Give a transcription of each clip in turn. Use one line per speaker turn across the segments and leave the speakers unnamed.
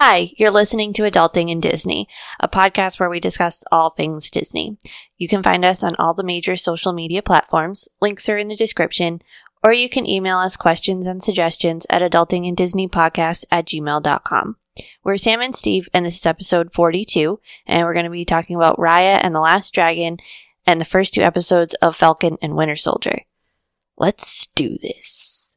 Hi, you're listening to Adulting in Disney, a podcast where we discuss all things Disney. You can find us on all the major social media platforms. Links are in the description. Or you can email us questions and suggestions at adultingindisneypodcast at gmail.com. We're Sam and Steve, and this is episode 42, and we're going to be talking about Raya and the Last Dragon and the first two episodes of Falcon and Winter Soldier. Let's do this.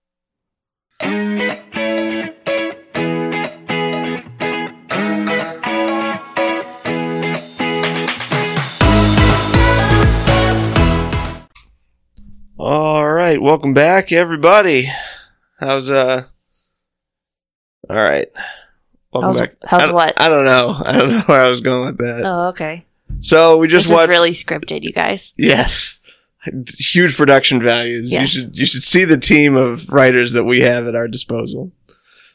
All right, welcome back, everybody. How's uh? All right, welcome
How's-
back.
how's
I don't-
what?
I don't know. I don't know where I was going with that.
Oh, okay.
So we Uh, just
this
watched.
is really scripted, you guys.
yes, huge production values.
Yes.
You should you should see the team of writers that we have at our disposal.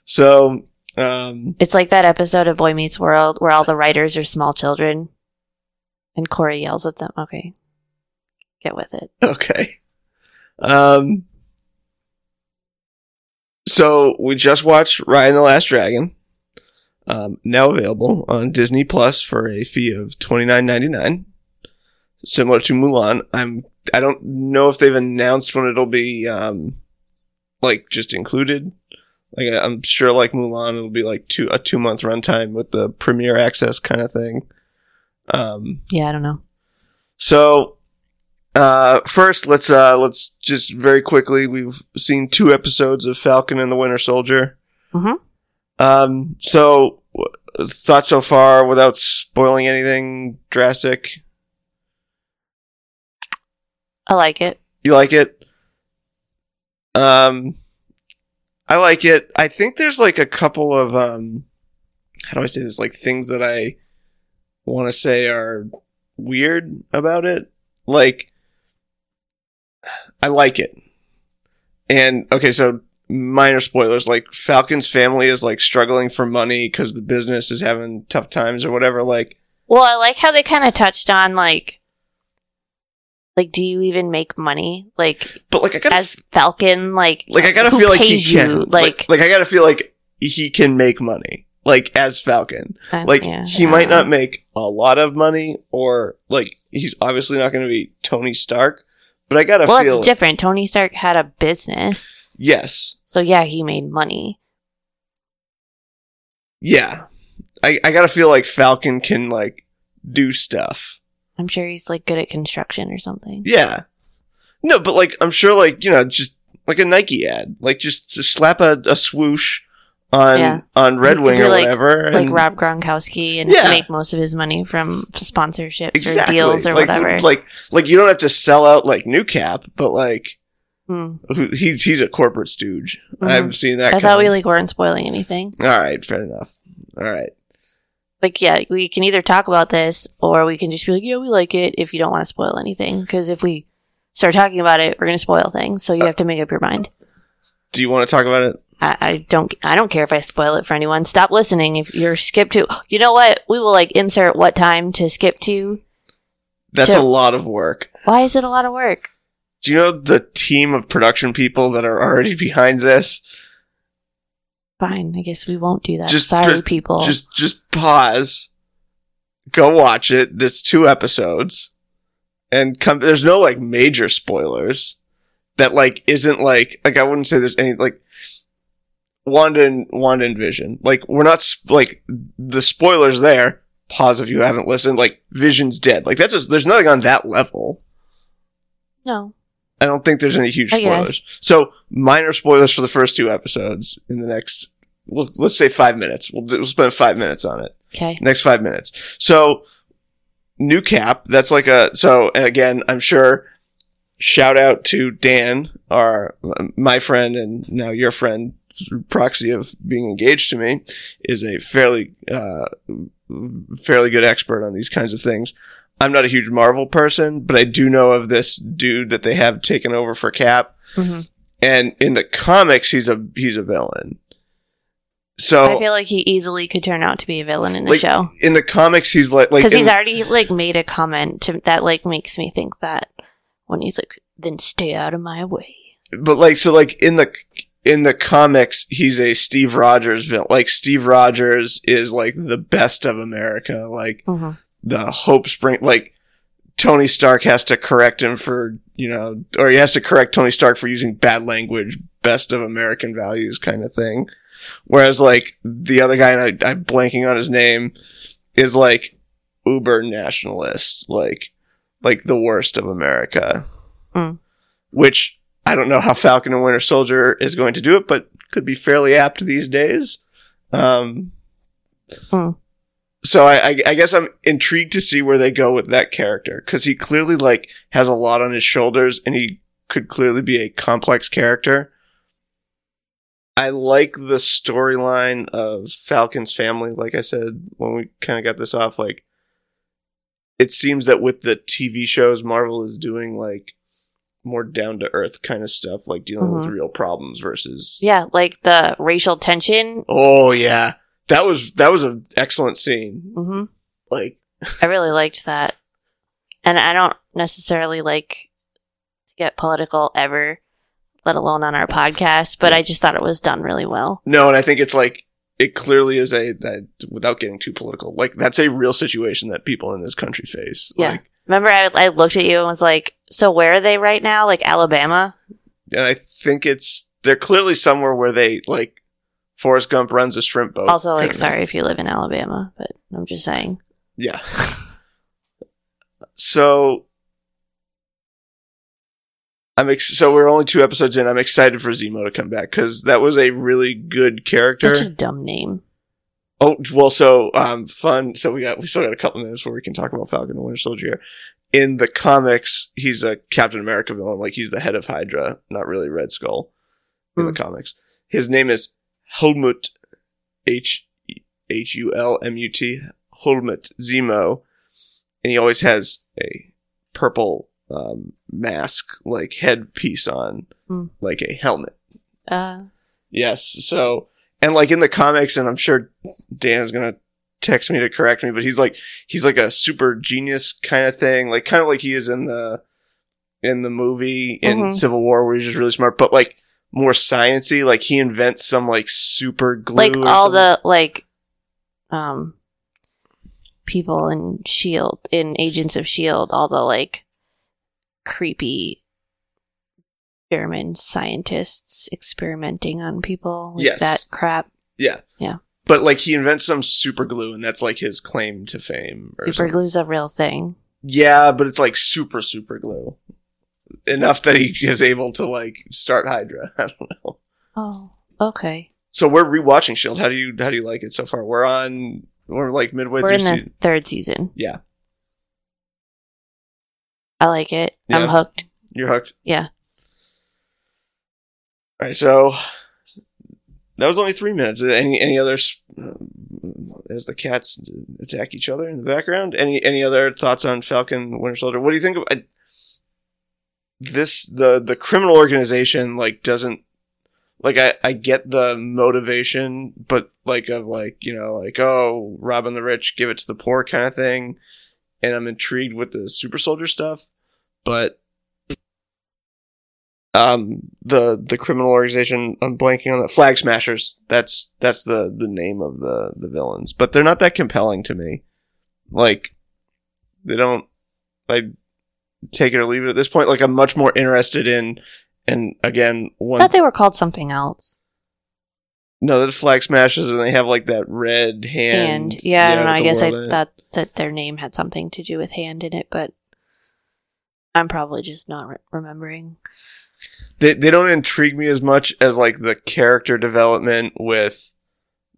So, um,
It's like that episode of Boy Meets World where all the writers are small children and Corey yells at them. Okay. Get with it.
okay, um, so we just watched Ryan the Last Dragon. um, now available on Disney Plus for a fee of twenty nine ninety nine, similar to Mulan. I'm I don't know if they've announced when it'll be um, like just included. Like I- I'm sure, like Mulan, it'll be like two a two month runtime with the premiere access kind of thing. Um,
Yeah, I don't know.
so, uh, first, let's uh, let's just very quickly. We've seen two episodes of Falcon and the Winter Soldier.
Mhm.
Um. So, w- thoughts so far, without spoiling anything drastic.
I like it.
You like it? Um, I like it. I think there's like a couple of um, how do I say this? Like things that I want to say are weird about it. Like, I like it. And okay, so minor spoilers. Like Falcon's family is like struggling for money because the business is having tough times or whatever. Like,
Well, I like how they kind of touched on like like do you even make money? Like
but like I gotta
as Falcon like
like I gotta
who
feel like he
pays
can
you?
like, like I gotta feel like he can make money like as Falcon
I-
like
uh, yeah,
he
I
might
don't
not make a lot of money or like he's obviously not gonna be Tony Stark but I gotta
know. Well,
feel
it's different. Tony Stark had a business.
yes
So yeah, he made money.
yeah I I gotta feel like Falcon can like do stuff
I'm sure he's like good at construction or something.
yeah no but like I'm sure like you know just like a Nike ad like just, just slap a, a swoosh on
Yeah.
on
He
Red
could
Wing
be
or
like-
whatever
like
and-
Rob Gronkowski and
Yeah.
make most of his money from sponsorships or deals or
like,
whatever.
Like, like you don't have to sell out like new cap, but like
Hmm.
who- he's he's a corporate stooge.
Mhm.
I've seen that.
I thought we
coming.
like weren't spoiling anything.
All right, fair enough. All right,
Like, yeah, we can either talk about this or we can just be like, yeah, we like it if you don't want to spoil anything. Because if we start talking about it, we're going to spoil things. So you have to make up your mind.
do you want to talk about it?
I, I don't. I don't care if I spoil it for anyone. Stop listening if you're skip to. You know what? We will like insert what time to skip to.
That's
Sure.
a lot of work.
Why is it a lot of work?
Do you know the team of production people that are already behind this?
Fine, I guess we won't do that.
Just
Sorry,
pre-
people.
Just just pause, go watch it. There's two episodes, and come. There's no like major spoilers that like isn't like like I wouldn't say there's any like Wanda and Wanda and Vision. Like we're not sp- like the spoilers there. Pause if you haven't listened. Like Vision's dead. Like that's just there's nothing on that level.
no,
I don't think there's any huge
I guess.
spoilers. So minor spoilers for the first two episodes in the next. Well, let's say five minutes. We'll, we'll spend five minutes on it
okay.
next five minutes. So new cap. That's like a so and again. I'm sure. Shout out to Dan, our my friend and now your friend, through proxy of being engaged to me, is a fairly uh, fairly good expert on these kinds of things. I'm not a huge Marvel person, but I do know of this dude that they have taken over for Cap,
hmm
and in the comics, he's a he's a villain. So
I feel like he easily could turn out to be a villain in the
Like,
show
in the comics, he's like like
because he's
in-
already like made a comment to, that like makes me think that when he's like, "Then stay out of my way."
but like so like in the in the comics, he's a Steve Rogers villain. Like Steve Rogers is like the best of America. Like
Mhm.
the Hope Spring, like Tony Stark has to correct him for you know, or he has to correct Tony Stark for using bad language, best of American values kind of thing. Whereas like the other guy, and I, I'm blanking on his name, is like uber nationalist, like like the worst of America,
Mm.
which I don't know how Falcon and Winter Soldier is going to do it, but could be fairly apt these days. Um,
Mm.
So I, I, I guess I'm intrigued to see where they go with that character because he clearly like has a lot on his shoulders and he could clearly be a complex character. I like the storyline of Falcon's family. Like I said when we kind of got this off, like it seems that with the TV shows, Marvel is doing like more down to earth kind of stuff, like dealing with real problems versus
Yeah, like the racial tension.
Oh yeah, that was that was an excellent scene.
hmm
Like
I really liked that. And I don't necessarily like to get political ever, let alone on our podcast, but I just thought it was done really well.
no, and I think it's like it clearly is a, I- without getting too political. Like that's a real situation that people in this country face.
Yeah.
Like,
Remember, I, I looked at you and was like, so where are they right now? Like Alabama?
and I think it's they're clearly somewhere where they like Forrest Gump runs a shrimp boat.
Also, like,
kinda.
sorry if you live in Alabama, but I'm just saying.
Yeah. so I'm ex- so we're only two episodes in. I'm excited for Zemo to come back because that was a really good character.
Such a dumb name.
Oh well, so um, fun. So we got we still got a couple minutes where we can talk about Falcon and Winter Soldier. here. In the comics, he's a Captain America villain, like he's the head of Hydra, not really Red Skull. In the comics, his name is Helmut H H U L M U T Helmut Zemo, and he always has a purple um, mask, like headpiece on,
Hmm.
like a helmet.
Uh,
Yes. So, and like in the comics, and I'm sure Dan is gonna text me to correct me, but he's like he's like a super genius kind of thing, like kind of like he is in the in the movie in
Mhm.
Civil War, where he's just really smart, but like more sciency. Like he invents some like super glue,
like
or
all
something.
the, like, um, people in S.H.I.E.L.D., E in Agents of S.H.I.E.L.D., E all the, like, creepy German scientists experimenting on people with
Yes.
that crap.
but like he invents some super glue, and that's like his claim to fame. Or
Super
something.
glue's a real thing.
Yeah, but it's like super super glue, enough that he is able to like start Hydra. I don't know.
Oh, okay.
So we're rewatching Shield. How do you how do you like it so far? We're on we're like midway
We're
through
in the
season.
third season.
Yeah.
I like it.
Yeah.
I'm hooked.
You're hooked.
Yeah.
All right. So that was only three minutes. Any any other s- uh, as the cats attack each other in the background? Any any other thoughts on Falcon Winter Soldier? What do you think of I, this? The the criminal organization like doesn't like I I get the motivation, but like of like you know like oh robbing the rich, give it to the poor kind of thing. And I'm intrigued with the super soldier stuff, but um the the criminal organization i'm blanking on that flag smashers that's that's the the name of the the villains but they're not that compelling to me like they don't i take it or leave it at this point like i'm much more interested in and again
I
one
thought they were called something else.
no there's flag smashers and they have like that red hand
And, yeah, I don't know. uh,
with
I
the
guess I
world in it.
thought that their name had something to do with hand in it, but I'm probably just not re- remembering.
they they don't intrigue me as much as like the character development with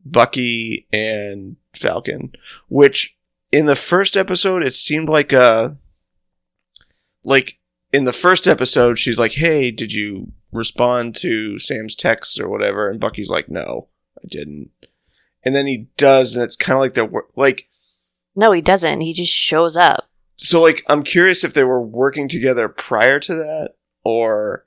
Bucky and Falcon, which in the first episode it seemed like a like in the first episode she's like, "Hey, did you respond to Sam's text or whatever?" and Bucky's like, "No, I didn't." And then he does, and it's kind of like they're wor- like
No, he doesn't. He just shows up.
so like I'm curious if they were working together prior to that or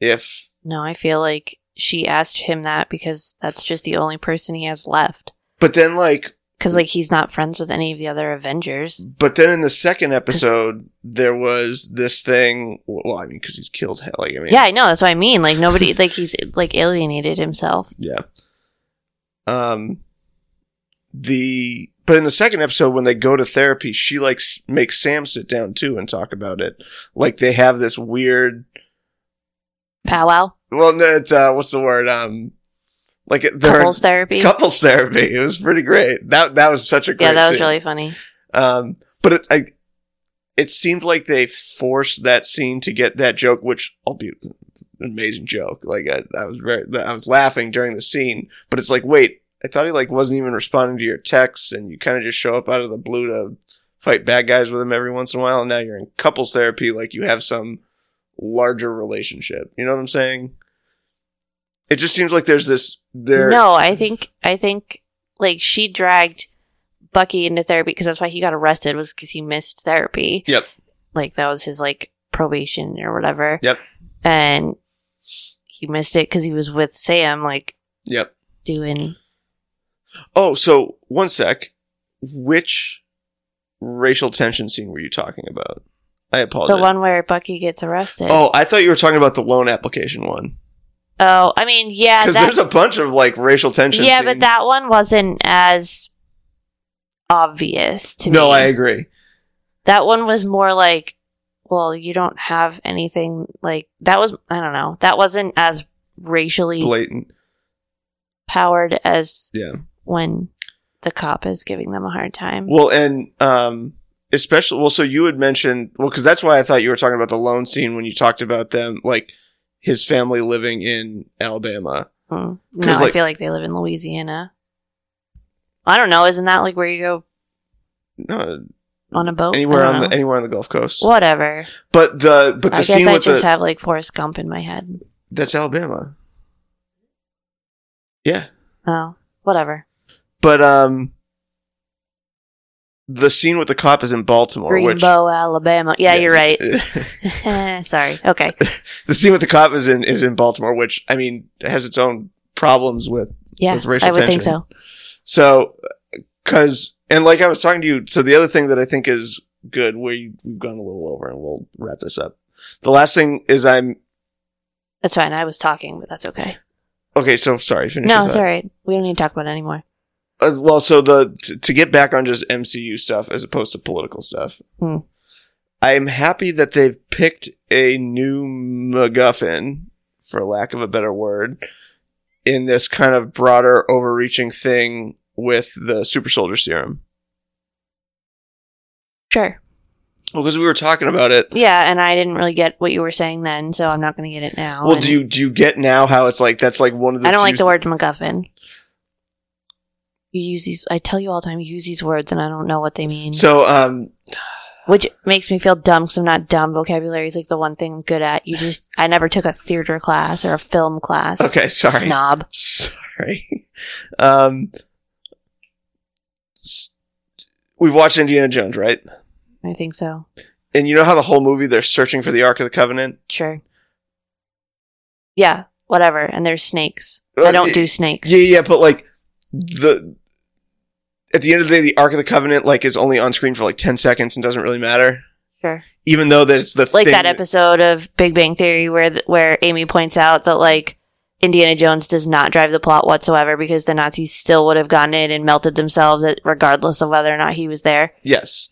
if
No, I feel like she asked him that because that's just the only person he has left.
But then, like,
because like he's not friends with any of the other Avengers.
But then in the second episode, there was this thing. Well, I mean, because he's killed. hell, Like, I mean,
Yeah, I know. That's what I mean. Like nobody, like he's like alienated himself.
yeah. Um, the but in the second episode, when they go to therapy, she like s- makes Sam sit down too and talk about it. Like they have this weird.
Powwow,
Well, no, it's uh, what's the word? Um, like it- they're-
couples therapy.
couples therapy. It was pretty great. That that was such a great.
yeah, that was
scene.
really funny.
Um, but it, I, it seemed like they forced that scene to get that joke, which I'll be an amazing joke. Like I, I was very, I was laughing during the scene, but it's like, wait, I thought he like wasn't even responding to your texts, and you kind of just show up out of the blue to fight bad guys with him every once in a while, and now you're in couples therapy, like you have some larger relationship. You know what I'm saying? It just seems like there's this there.
No, I think I think like she dragged Bucky into therapy because that's why he got arrested was because he missed therapy.
Yep.
Like that was his like probation or whatever.
Yep.
And he missed it because he was with Sam, like
Yep.
doing.
Oh, so one sec. Which racial tension scene were you talking about? I apologize.
The one where Bucky gets arrested.
Oh, I thought you were talking about the loan application one.
Oh, I mean, yeah,
Because
that-
there's a bunch of like racial tension.
yeah, but
scenes.
that one wasn't as obvious to me.
No, I agree.
That one was more like, well, you don't have anything like that was I don't know. That wasn't as racially
Blatant.
powered as
Yeah.
when the cop is giving them a hard time.
Well, and um, especially well, so you had mentioned well, because that's why I thought you were talking about the loan scene when you talked about them, like his family living in Alabama.
Mm. No,
'Cause,
I
like-
feel like they live in Louisiana. I don't know. Isn't that like where you go Oh,
No,
on a boat? I
anywhere
don't
on the
know.
anywhere on the Gulf Coast.
Whatever.
But the but the
I guess
scene
I
with the
just have like Forrest Gump in my head.
that's Alabama. Yeah.
Oh, whatever.
But um the scene with the cop is in Baltimore, which
Greenbow, Alabama. Yeah, you're right.
the
Sorry. Okay.
scene with the cop is in is in Baltimore, which I mean has its own problems with.
Yeah,
With racial
I would think
tension.
so.
So cuz and like I was talking to you, so the other thing that I think is good where you, we've gone a little over and we'll wrap this up. The last thing is I'm
That's fine. I was talking, but that's okay.
okay, so sorry, finish
No,
this
it's
up.
all right. We don't need to talk about it anymore.
Uh, well, so the t- to get back on just MCU stuff as opposed to political stuff,
Hmm.
I am happy that they've picked a new MacGuffin, for lack of a better word, in this kind of broader, overreaching thing with the super soldier serum.
Sure.
Well, because we were talking about it.
Yeah, and I didn't really get what you were saying then, so I'm not going to get it now.
Well,
And
do you do you get now how it's like that's like one of the
I don't
few
like the word MacGuffin. You use these. I tell you all the time. You use these words, and I don't know what they mean,
So um
which makes me feel dumb because I'm not dumb. Vocabulary is like the one thing I'm good at. You just. I never took a theater class or a film class.
okay sorry
Snob.
Sorry. Um, s- we've watched Indiana Jones, right?
I think so.
And you know how the whole movie they're searching for the Ark of the Covenant?
Sure. Yeah. Whatever. And there's snakes. I
Uh,
don't
y-
do snakes.
Yeah, yeah, but like the at the end of the day, the Ark of the Covenant like is only on screen for like ten seconds and doesn't really matter.
Sure.
Even though that it's the
like
thing
that episode of Big Bang Theory where th- where Amy points out that like Indiana Jones does not drive the plot whatsoever because the Nazis still would have gotten in and melted themselves at, regardless of whether or not he was there,
Yes.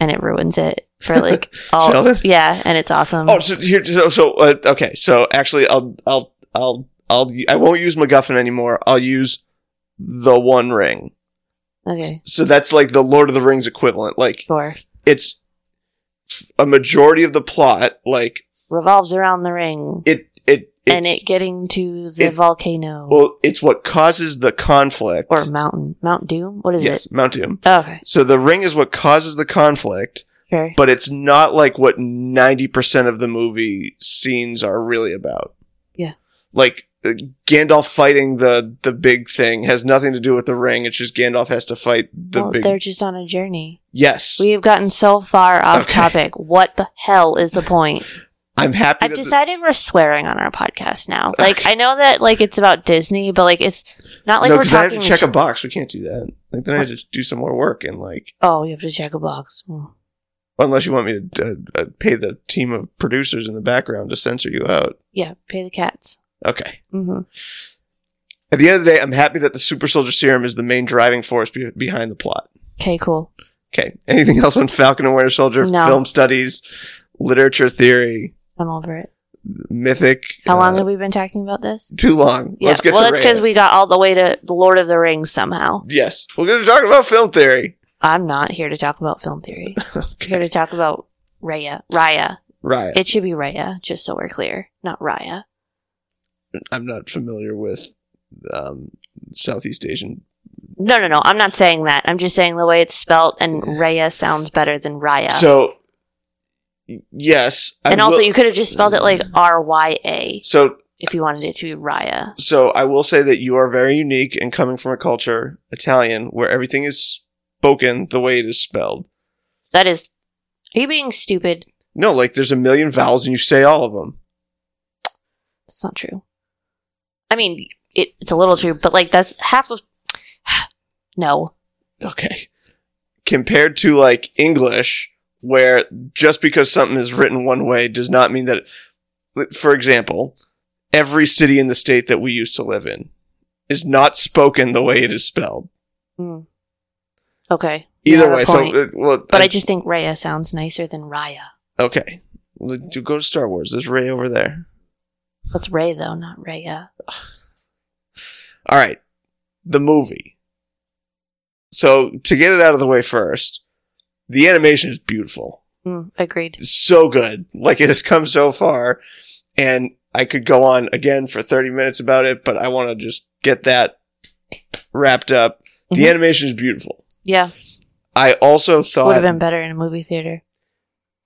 and it ruins it for like all
Sheldon?
yeah, and it's awesome.
Oh, so here, so, so uh, okay. So actually, I'll, I'll, I'll, I'll, I won't use MacGuffin anymore. I'll use the One Ring.
okay,
So that's like the Lord of the Rings equivalent. Like
sure.
it's a majority of the plot. Like
Revolves around the ring
it, it, it's,
and it getting to the
it-
volcano
Well, it's what causes the conflict.
or mountain, Mount Doom. What is
yes,
it? Oh,
Mount Doom.
Okay,
So the ring is what causes the conflict,
sure.
but it's not like what ninety percent of the movie scenes are really about.
Yeah.
Like uh, Gandalf fighting the the big thing has nothing to do with the ring. It's just Gandalf has to fight the
Well, they're
big.
just on a journey.
Yes,
We have gotten so far off
Okay.
topic. What the hell is the point?
I'm happy.
I've
That the-
decided we're swearing on our podcast now. Like I know that like it's about Disney, but like it's not like
no,
we're
because
talking.
I have to check
sh-
a box. We can't do that. Like then I have to do some more work and like
oh, you have to check a box. Hmm.
unless you want me to uh, uh, pay the team of producers in the background to censor you out.
Yeah, pay the cats.
Okay.
hmm
At the end of the day, I'm happy that the super soldier serum is the main driving force be- behind the plot.
Okay, cool.
Okay. Anything else on Falcon and Winter Soldier?
No.
Film studies, literature theory,
I'm over it.
mythic.
How
uh,
long have we been talking about this?
Too long. Let's get
well,
to
that's because
Raya.
we got all the way to the Lord of the Rings somehow.
Yes, we're going to talk about film theory.
I'm not here to talk about film theory. I'm here to talk about Raya. Raya.
Right.
It should be Raya, just so we're clear, not Raya.
I'm not familiar with um, Southeast Asian.
No, no, no. I'm not saying that. I'm just saying the way it's spelt, and Raya sounds better than Raya.
So, y- yes. I
and also,
will-
you could have just spelled it like R Y A
So,
if you wanted it to be Raya.
so I will say that you are very unique and coming from a culture, Italian, where everything is spoken the way it is spelled.
That is. Are you being stupid?
No, like there's a million vowels and you say all of them.
That's not true. I mean, it, it's a little true, but like that's half of. No.
Okay. Compared to like English, where just because something is written one way does not mean that, for example, every city in the state that we used to live in is not spoken the way it is spelled.
Mm. Okay. You
Either
have a
way,
point.
so uh, well,
But I,
I-
just think Raya sounds nicer than Raya.
okay. Well, do go to Star Wars. There's Ray over there.
That's Ray though, not Raya.
All right, the movie. So to get it out of the way first, the animation is beautiful.
Mm, agreed.
so good. Like it has come so far. And I could go on again for 30 minutes about it, but I want to just get that wrapped up. The
Mhm.
animation is beautiful.
Yeah,
I also
would have
thought
been better in a movie theater.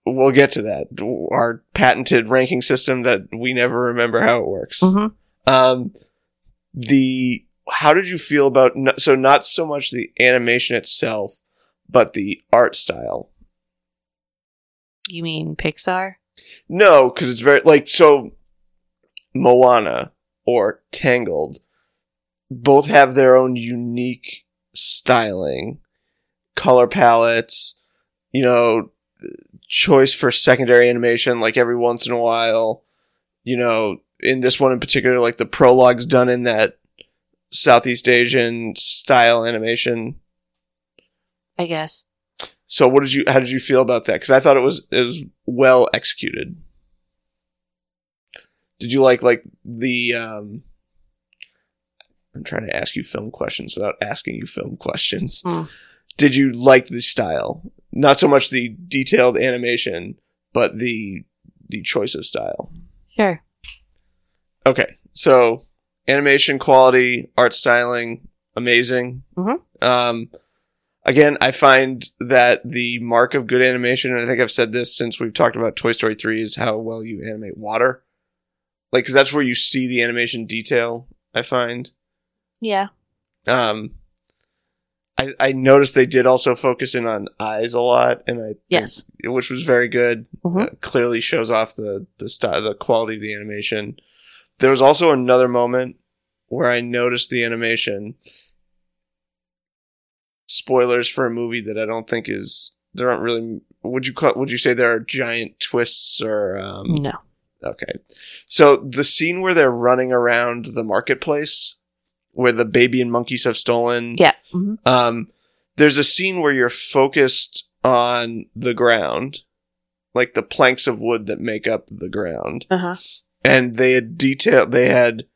we'll get to that. Our patented ranking system that we never remember how it works.
hmm
Um, the how did you feel about no, so not so much the animation itself, but the art style?
You mean Pixar?
No, because it's very like so. Moana or Tangled both have their own unique styling, color palettes, you know, choice for secondary animation like every once in a while. You know, in this one in particular, like the prologue's done in that Southeast Asian style animation.
I guess.
So, what did you? How did you feel about that? Because I thought it was it was well executed. Did you like like the? um I'm trying to ask you film questions without asking you film questions.
Hmm.
Did you like the style? Not so much the detailed animation, but the the choice of style.
Sure.
Okay, so animation quality, art styling, amazing.
Mhm.
Um, again, I find that the mark of good animation, and I think I've said this since we've talked about Toy Story Three, is how well you animate water. Like, because that's where you see the animation detail. I find.
Yeah.
Um, I I noticed they did also focus in on eyes a lot, and I
Yes.
which was very good.
Mhm.
Uh, clearly shows off the the style, the quality of the animation. There was also another moment where I noticed the animation. Spoilers for a movie that I don't think is there aren't really. Would you call, would you say there are giant twists or um,
No.
Okay. So the scene where they're running around the marketplace where the baby and monkeys have stolen.
Yeah. hmm
Um, there's a scene where you're focused on the ground, like the planks of wood that make up the ground.
Uh huh.
And they had detailed, they had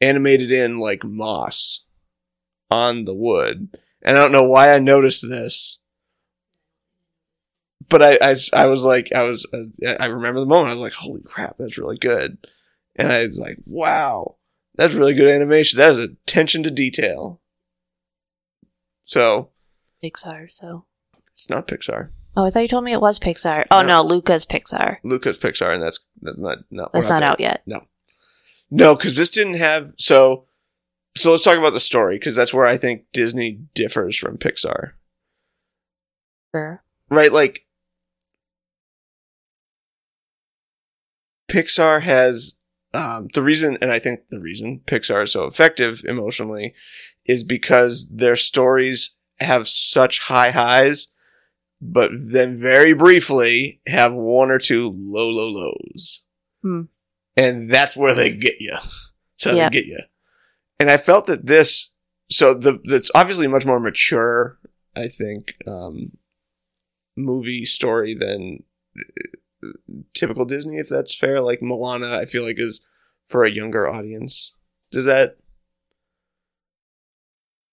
animated in like moss on the wood. And I don't know why I noticed this. But I, I, s- I was like, I was, I remember the moment. I was like, holy crap, that's really good. And I was like, wow, that's really good animation. That is attention to detail. So
Pixar. So.
it's not Pixar.
Oh, I thought you told me it was Pixar. Oh no,
No.
Luca's Pixar.
Luca's Pixar, and that's that's not not. we're
That's not
there.
out yet.
No, because this didn't have so. So let's talk about the story because that's where I think Disney differs from Pixar,
Sure.
right? Like Pixar has um, the reason, and I think the reason Pixar is so effective emotionally is because their stories have such high highs, but then very briefly have one or two low, low lows.
Hmm.
And that's where they get you. So
Yeah.
they get you. And I felt that this, so the, that's obviously much more mature, I think, um, movie story than uh, typical Disney, if that's fair. Like Moana, I feel like is for a younger audience. Does that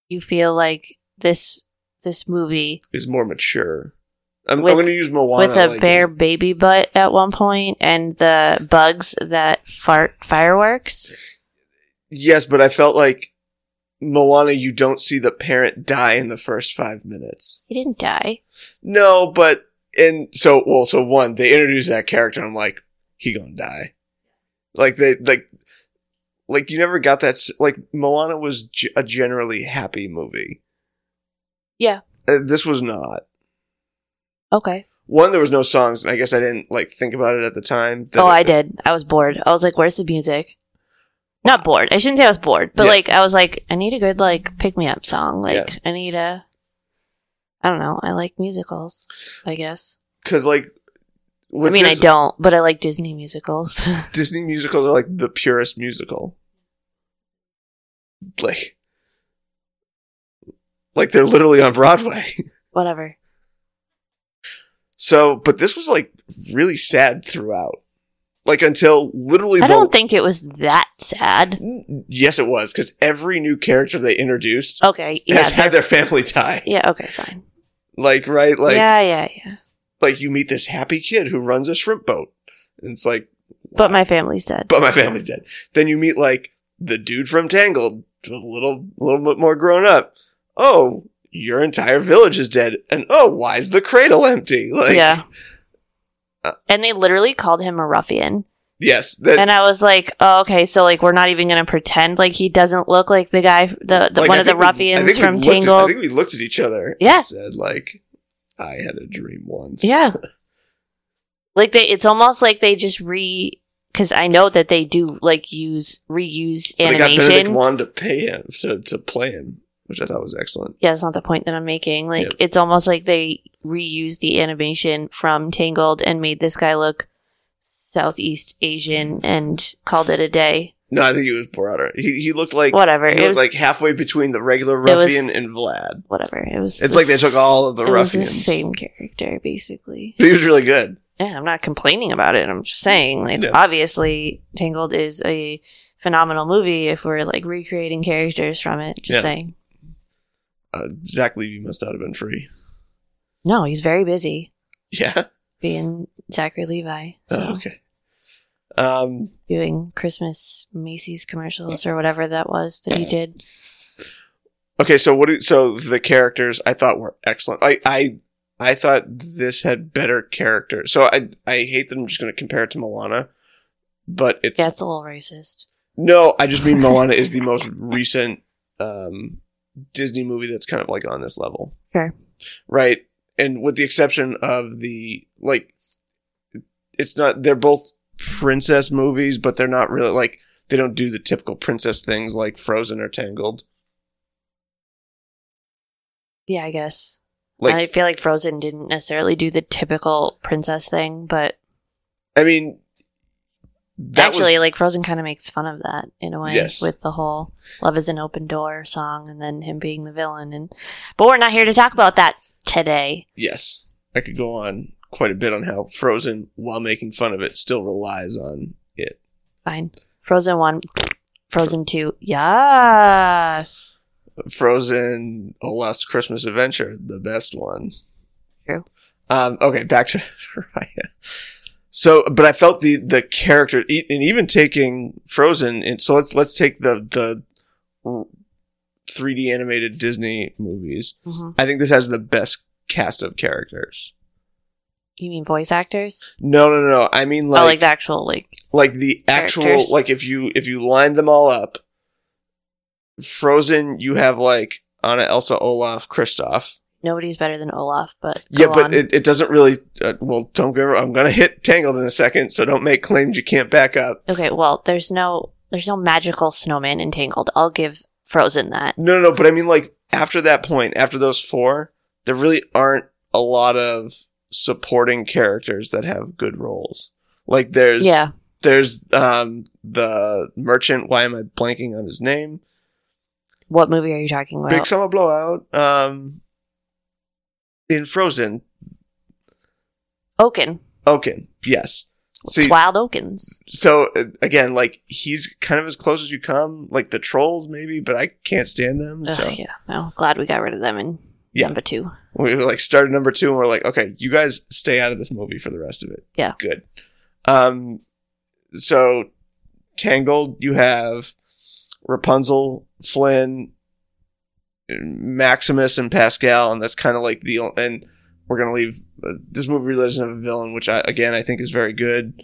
You feel like this this movie
is more mature? I'm,
With-
I'm going to use Moana
with a
like,
bare baby butt at one point and the bugs that fart fireworks.
Yes, but I felt like Moana. You don't see the parent die in the first five minutes.
He didn't die.
No, but and so well, so one they introduced that character. I'm like, he gonna die. Like they like, like you never got that. s- Like Moana was g- a generally happy movie.
Yeah.
Uh, this was not.
Okay.
One, there was no songs, and I guess I didn't like think about it at the time. that
oh,
it-
I did. I was bored. I was like, "Where's the music?" Not bored. I shouldn't say I was bored, but
Yeah.
like I was like, I need a good like pick me up song. Like I need a. I don't know. I like musicals. I guess.
Cause like,
I
with
mean, I
Dis-
don't, but I like Disney musicals.
Disney musicals are like the purest musical. Like, like they're literally on Broadway.
Whatever.
So, but this was like really sad throughout. Like until literally
I
the
don't think it was that sad.
Yes, it was because every new character they introduced
Okay. Oh, Yeah.
has had their family die.
yeah. Okay. Fine.
Like, right? Like,
yeah. Yeah. Yeah.
like you meet this happy kid who runs a shrimp boat, and it's like,
But my family's dead.
but my family's dead. Then you meet like the dude from Tangled, a little, little bit more grown up. Oh, your entire village is dead, and oh, why is the cradle empty? Like,
yeah.
Uh,
and they literally called him a ruffian.
yes, that,
and I was like, oh, okay, so like we're not even gonna pretend like he doesn't look like the guy, the, the
like,
one
I
of the
think we- I think
ruffians
we
from
looked at- I
Tangled.
think we looked at each other. and
Yeah.
said like, I had a dream once.
yeah, like they, it's almost like they just re, because I know that they do like use reuse
But they got Benedict
animation.
Wand to pay him to, to play him, which I thought was excellent.
Yeah, that's not the point that I'm making. Like
Yep.
it's almost like they reused the animation from Tangled and made this guy look Southeast Asian and called it a day.
No, I think he was broader. He he looked like
Whatever.
he
It
looked
was
like halfway between the regular
It was-
ruffian and Vlad.
whatever. It was.
It's
the
like they took all of the
it was the
ruffians.
same character basically.
But he was really good.
yeah, I'm not complaining about it. I'm just saying, like,
Yeah.
obviously, Tangled is a phenomenal movie if we're like recreating characters from it. Just
Yeah.
saying.
Uh, Zach Levy must not have been free.
No, he's very busy
Yeah.
being Zachary Levi, so
Oh, okay. Um.
doing Christmas Macy's commercials or whatever that was that he did.
Okay. So what? Do, so the characters I thought were excellent. I I I thought this had better characters. So I I hate that I'm just going to compare it to Moana, but it's
Yeah, it's a little racist.
No, I just mean Moana is the most recent um, Disney movie that's kind of like on this level.
Sure.
Right. And with the exception of the, like, it's not, they're both princess movies, but they're not really like, they don't do the typical princess things like Frozen or Tangled.
Yeah, I guess.
Like,
I feel like Frozen didn't necessarily do the typical princess thing, but
I, mean, that
actually,
was,
like Frozen kind of makes fun of that in a way
Yes.
with the whole "Love Is an Open Door" song, and then him being the villain. And but we're not here to talk about that today.
yes, I could go on quite a bit on how Frozen, while making fun of it, still relies on it.
Fine. Frozen one, Frozen two, yes.
Frozen A Last Christmas Adventure, the best one.
True.
Um, okay, back to Raya. So, but I felt the the character, e- and even taking Frozen, and so let's let's take the the 3D animated Disney movies.
hmm
I think this has the best cast of characters.
You mean voice actors?
No, no, no. no. I mean,
oh,
like
like the actual like.
like the actual
Characters.
like if you if you line them all up frozen you have like anna elsa olaf kristoff
Nobody's better than Olaf, but
Yeah,
go
but
on.
it, it doesn't really. Uh, well, don't go. I'm gonna hit Tangled in a second, so don't make claims you can't back up.
okay. Well, there's no there's no magical snowman entangled. I'll give Frozen that.
No, no, no. But I mean, like after that point, after those four, there really aren't a lot of supporting characters that have good roles. Like there's
yeah,
there's um the merchant. Why am I blanking on his name?
what movie are you talking about?
Big summer blowout. Um, in Frozen,
Oaken.
Oaken. Yes.
It's
See,
Wild Oakens.
so uh, again, like he's kind of as close as you come, like the trolls maybe, but I can't stand them.
Ugh,
So
yeah, no, glad we got rid of them in
Yeah.
number two.
we were like started number two, and we're like, okay, you guys stay out of this movie for the rest of it.
Yeah.
good. Um, so Tangled, you have Rapunzel, Flynn, Maximus, and Pascal, and that's kind of like the o- and we're gonna leave uh, this movie really doesn't have a villain, which I again I think is very good.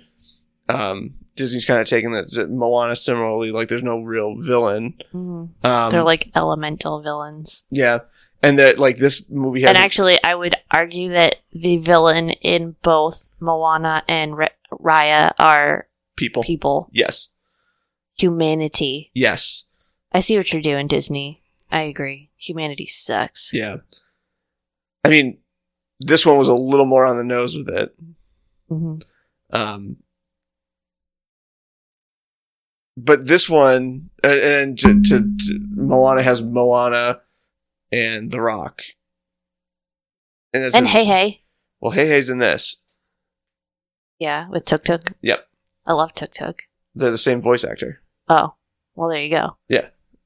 Um, Disney's kind of taking the the Moana similarly, like there's no real villain.
Mhm.
Um,
They're like elemental villains.
yeah, and that like this movie has
And actually, I would argue that the villain in both Moana and R- Raya are
people.
people,
Yes,
humanity.
yes,
I see what you're doing, Disney. I agree. Humanity sucks.
yeah. I mean, this one was a little more on the nose with it.
hmm
Um, but this one, uh, and to, to, to Moana has Moana and The Rock, and that's
And
in-
hey, hey,
Well, Hey Hey's in this.
yeah, with Tuk Tuk.
Yep.
I love Tuk Tuk.
They're the same voice actor.
Oh, well, there you go.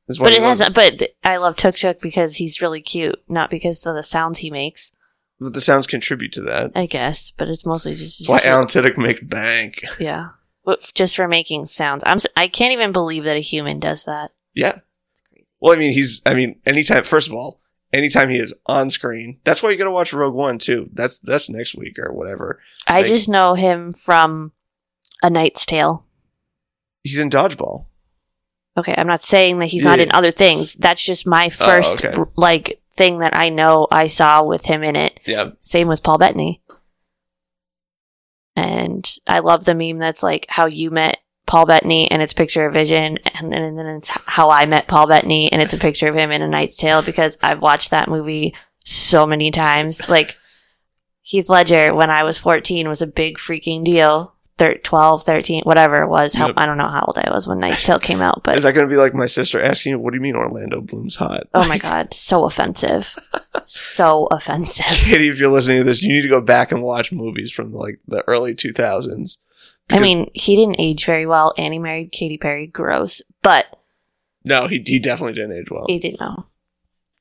That's one
But
of
it
the
has,
ones-
but I love Tuk Tuk because he's really cute, not because of the sounds he makes.
the sounds contribute to that.
I guess, but it's mostly just,
That's why Alan Tiddick makes bank.
yeah, but f- just for making sounds. I'm s- I can't even believe that a human does that.
Yeah.
It's crazy.
Well, I mean, he's, I mean, anytime, first of all, anytime he is on screen, that's why you gotta watch Rogue One too. That's, that's next week or whatever.
I
They-
just know him from A Knight's Tale.
He's in Dodgeball.
Okay, I'm not saying that he's
Yeah,
not
yeah. Oh,
in other things. That's just my first
okay.
br- like thing that I know I saw with him in it.
Yeah.
Same with Paul Bettany. And I love the meme that's like how you met Paul Bettany and it's a picture of Vision, and then, and then it's how I met Paul Bettany and it's a picture of him in A Knight's Tale because I've watched that movie so many times. Like Heath Ledger, when I was 14, was a big freaking deal. Thir- 12, 13, whatever it was. How,
Yep.
I don't know how old I was when Knight's Tale came out, but
Is that gonna be like my sister asking you, what do you mean Orlando Bloom's hot?
oh my God, so offensive. so offensive.
Katie, if you're listening to this, you need to go back and watch movies from like the early 2000s.
I
Because-
mean, he didn't age very well, and he married Katy Perry. Gross, but
No, he, he definitely didn't age well.
he didn't know.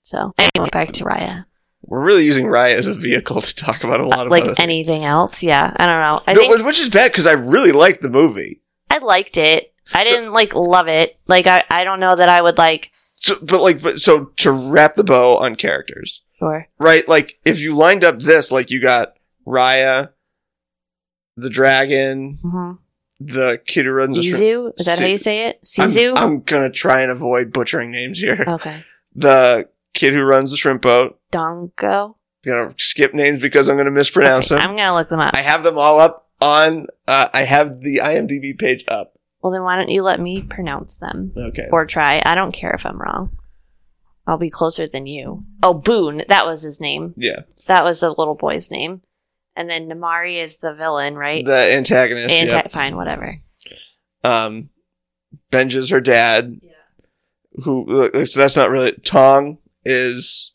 So anyway, back to Raya.
We're really using Raya as a vehicle to talk about a lot of other
Like
things.
anything else, yeah. I don't know. I
No,
think
which is bad because I really liked the movie.
I liked it. I
So-
didn't like love it. Like I, I don't know that I would like.
So, but like, but so to wrap the bow on characters,
Sure.
right? Like if you lined up this, like you got Raya, the dragon,
hmm
the kid who runs. the shrimp-
Izu, is that how you say it?
I'm-
Sizu.
I'm, gonna try and avoid butchering names here.
okay.
The kid who runs the shrimp boat.
Dongo.
Gonna skip names because I'm gonna mispronounce
Okay,
them.
I'm gonna look them up.
I have them all up on. Uh, I have the IMDb page up.
well, then why don't you let me pronounce them?
Okay.
or try. I don't care if I'm wrong. I'll be closer than you. Oh, Boone. That was his name.
Yeah.
That was the little boy's name. And then Namari is the villain, right?
The antagonist.
Anti-
yeah.
Fine, whatever.
Um, Benja's her dad.
Yeah.
who uh, so that's not really Tong is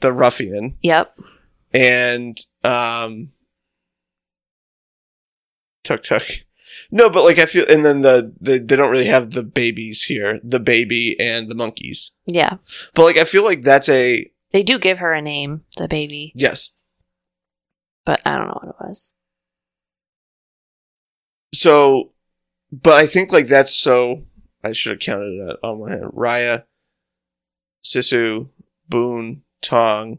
the ruffian
Yep.
and um Tuk Tuk. No, but like I feel and then the, the they don't really have the babies here, the baby and the monkeys.
Yeah.
But like I feel like that's a
They do give her a name, the baby,
yes.
but I don't know what it was.
So but I think like that's so I should have counted it out on my hand. Raya, Sisu, Boone, Tong,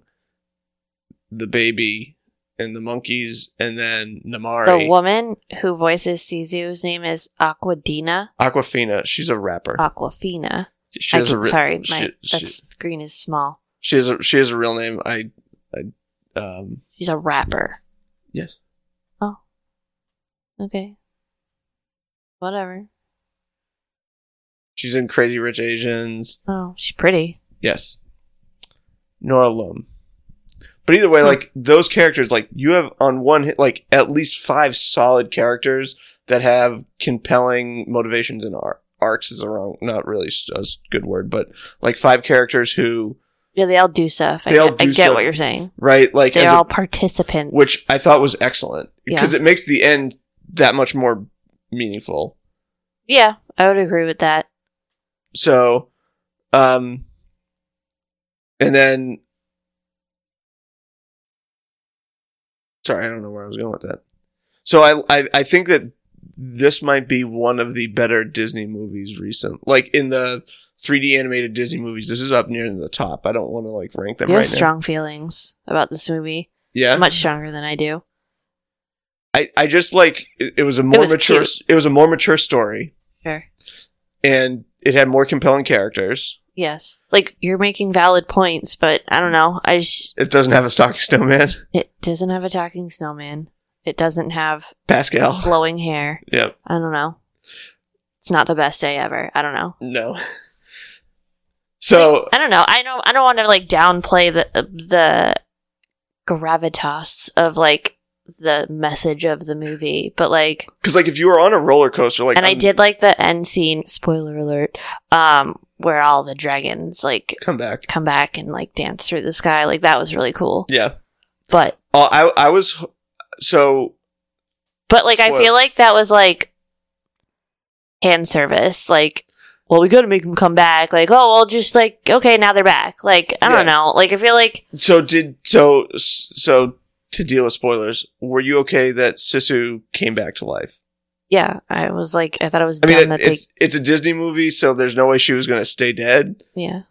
the baby, and the monkeys, and then Namari.
The woman who voices Sizu's name is Aquadina.
Aquafina, she's a rapper.
Aquafina.
she
Uh, I
has a
can't-
ri-
sorry,
she-
my
she-
that screen is small.
She has a she has a real name. I I um
She's a rapper.
yes.
Okay. Whatever.
She's in Crazy Rich Asians.
Oh, she's pretty.
Yes. Nora Lum. But either way,
Hmm.
like those characters, like you have on one hit, like at least five solid characters that have compelling motivations and ar- arcs is a wrong, not really s- a s- good word, but like five characters who,
Yeah, they all do stuff. I
They all
get, I
do
get
stuff.
what you're saying.
right? Like,
They're
as a-
all participants.
which I thought was excellent
Yeah.
because it makes the end that much more meaningful.
yeah, I would agree with that.
So, um, and then, sorry, I don't know where I was going with that. So I, I, I think that this might be one of the better Disney movies recent, like in the 3D animated Disney movies. This is up near the top. I don't want to like rank them
you
right
have
now.
strong feelings about this movie,
Yeah,
much stronger than I do.
I, I just like it, it was a more
was
mature.
cute.
s- It was a more mature story,
Sure.
and it had more compelling characters.
Yes. Like you're making valid points, but I don't know. I just
It doesn't have a stocking snowman,
it doesn't have a talking snowman. It doesn't have
Pascal.
flowing hair.
Yep.
I don't know. It's not the best day ever. I don't know.
No. So
I don't know. I don't. I don't want to like downplay the uh, the gravitas of like the message of the movie, but like,
because like if you were on a roller coaster, like um,
and i
I'm-
did like the end scene. Spoiler alert. Um, where all the dragons like
come back.
come back and like dance through the sky. Like that was really cool.
Yeah.
But
Uh, I I was so
but like I
Spoil-
feel like that was like hand service. Like, well, we gotta make them come back. Like, oh, well, just like okay, now they're back. Like I don't
Yeah.
know. Like I feel like
so did so so to deal with spoilers. Were you okay that Sisu came back to life?
yeah, I was like I thought it was
I
dumb
mean,
that
it,
they
it's it's a Disney movie, so there's no way she was gonna stay dead.
yeah.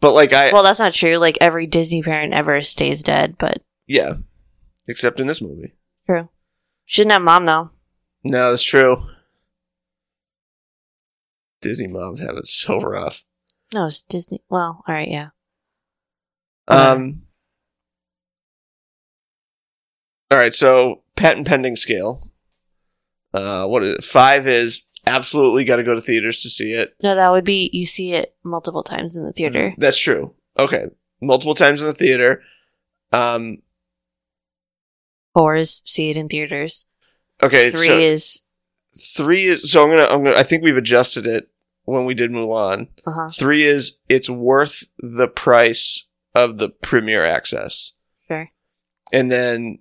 But like I
Well, that's not true. Like every Disney parent ever stays dead, but
yeah, except in this movie.
shouldn't have mom though.
No, that's true. Disney moms have it so rough.
No, it's Disney. Well, all right, yeah.
Um. All right, so patent pending scale. Uh, what is it? Five is absolutely got to go to theaters to see it.
No, that would be you see it multiple times in the theater.
That's true. Okay, multiple times in the theater. Um.
Four is see it in theaters.
Okay.
Three
so
is
three is so I'm gonna I'm gonna I think we've adjusted it when we did Mulan.
uh huh,
Three is it's worth the price of the premiere access,
sure.
and then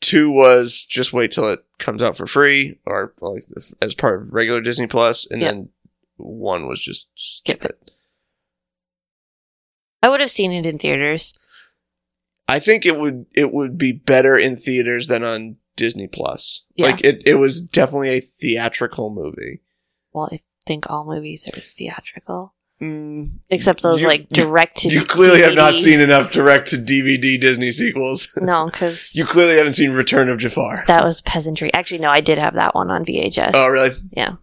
two was just wait till it comes out for free or like if- as part of regular Disney Plus, and
Yep.
then one was just skip it.
I would have seen it in theaters.
I think it would it would be better in theaters than on Disney Plus.
Yeah.
Like it, it was definitely a theatrical movie.
Well, I think all movies are theatrical,
Mm,
except those
You-
like direct to.
you clearly have not seen enough direct to DVD Disney sequels.
No, because
you clearly haven't seen Return of Jafar.
that was peasantry. Actually, no, I did have that one on VHS.
Oh, really?
Yeah.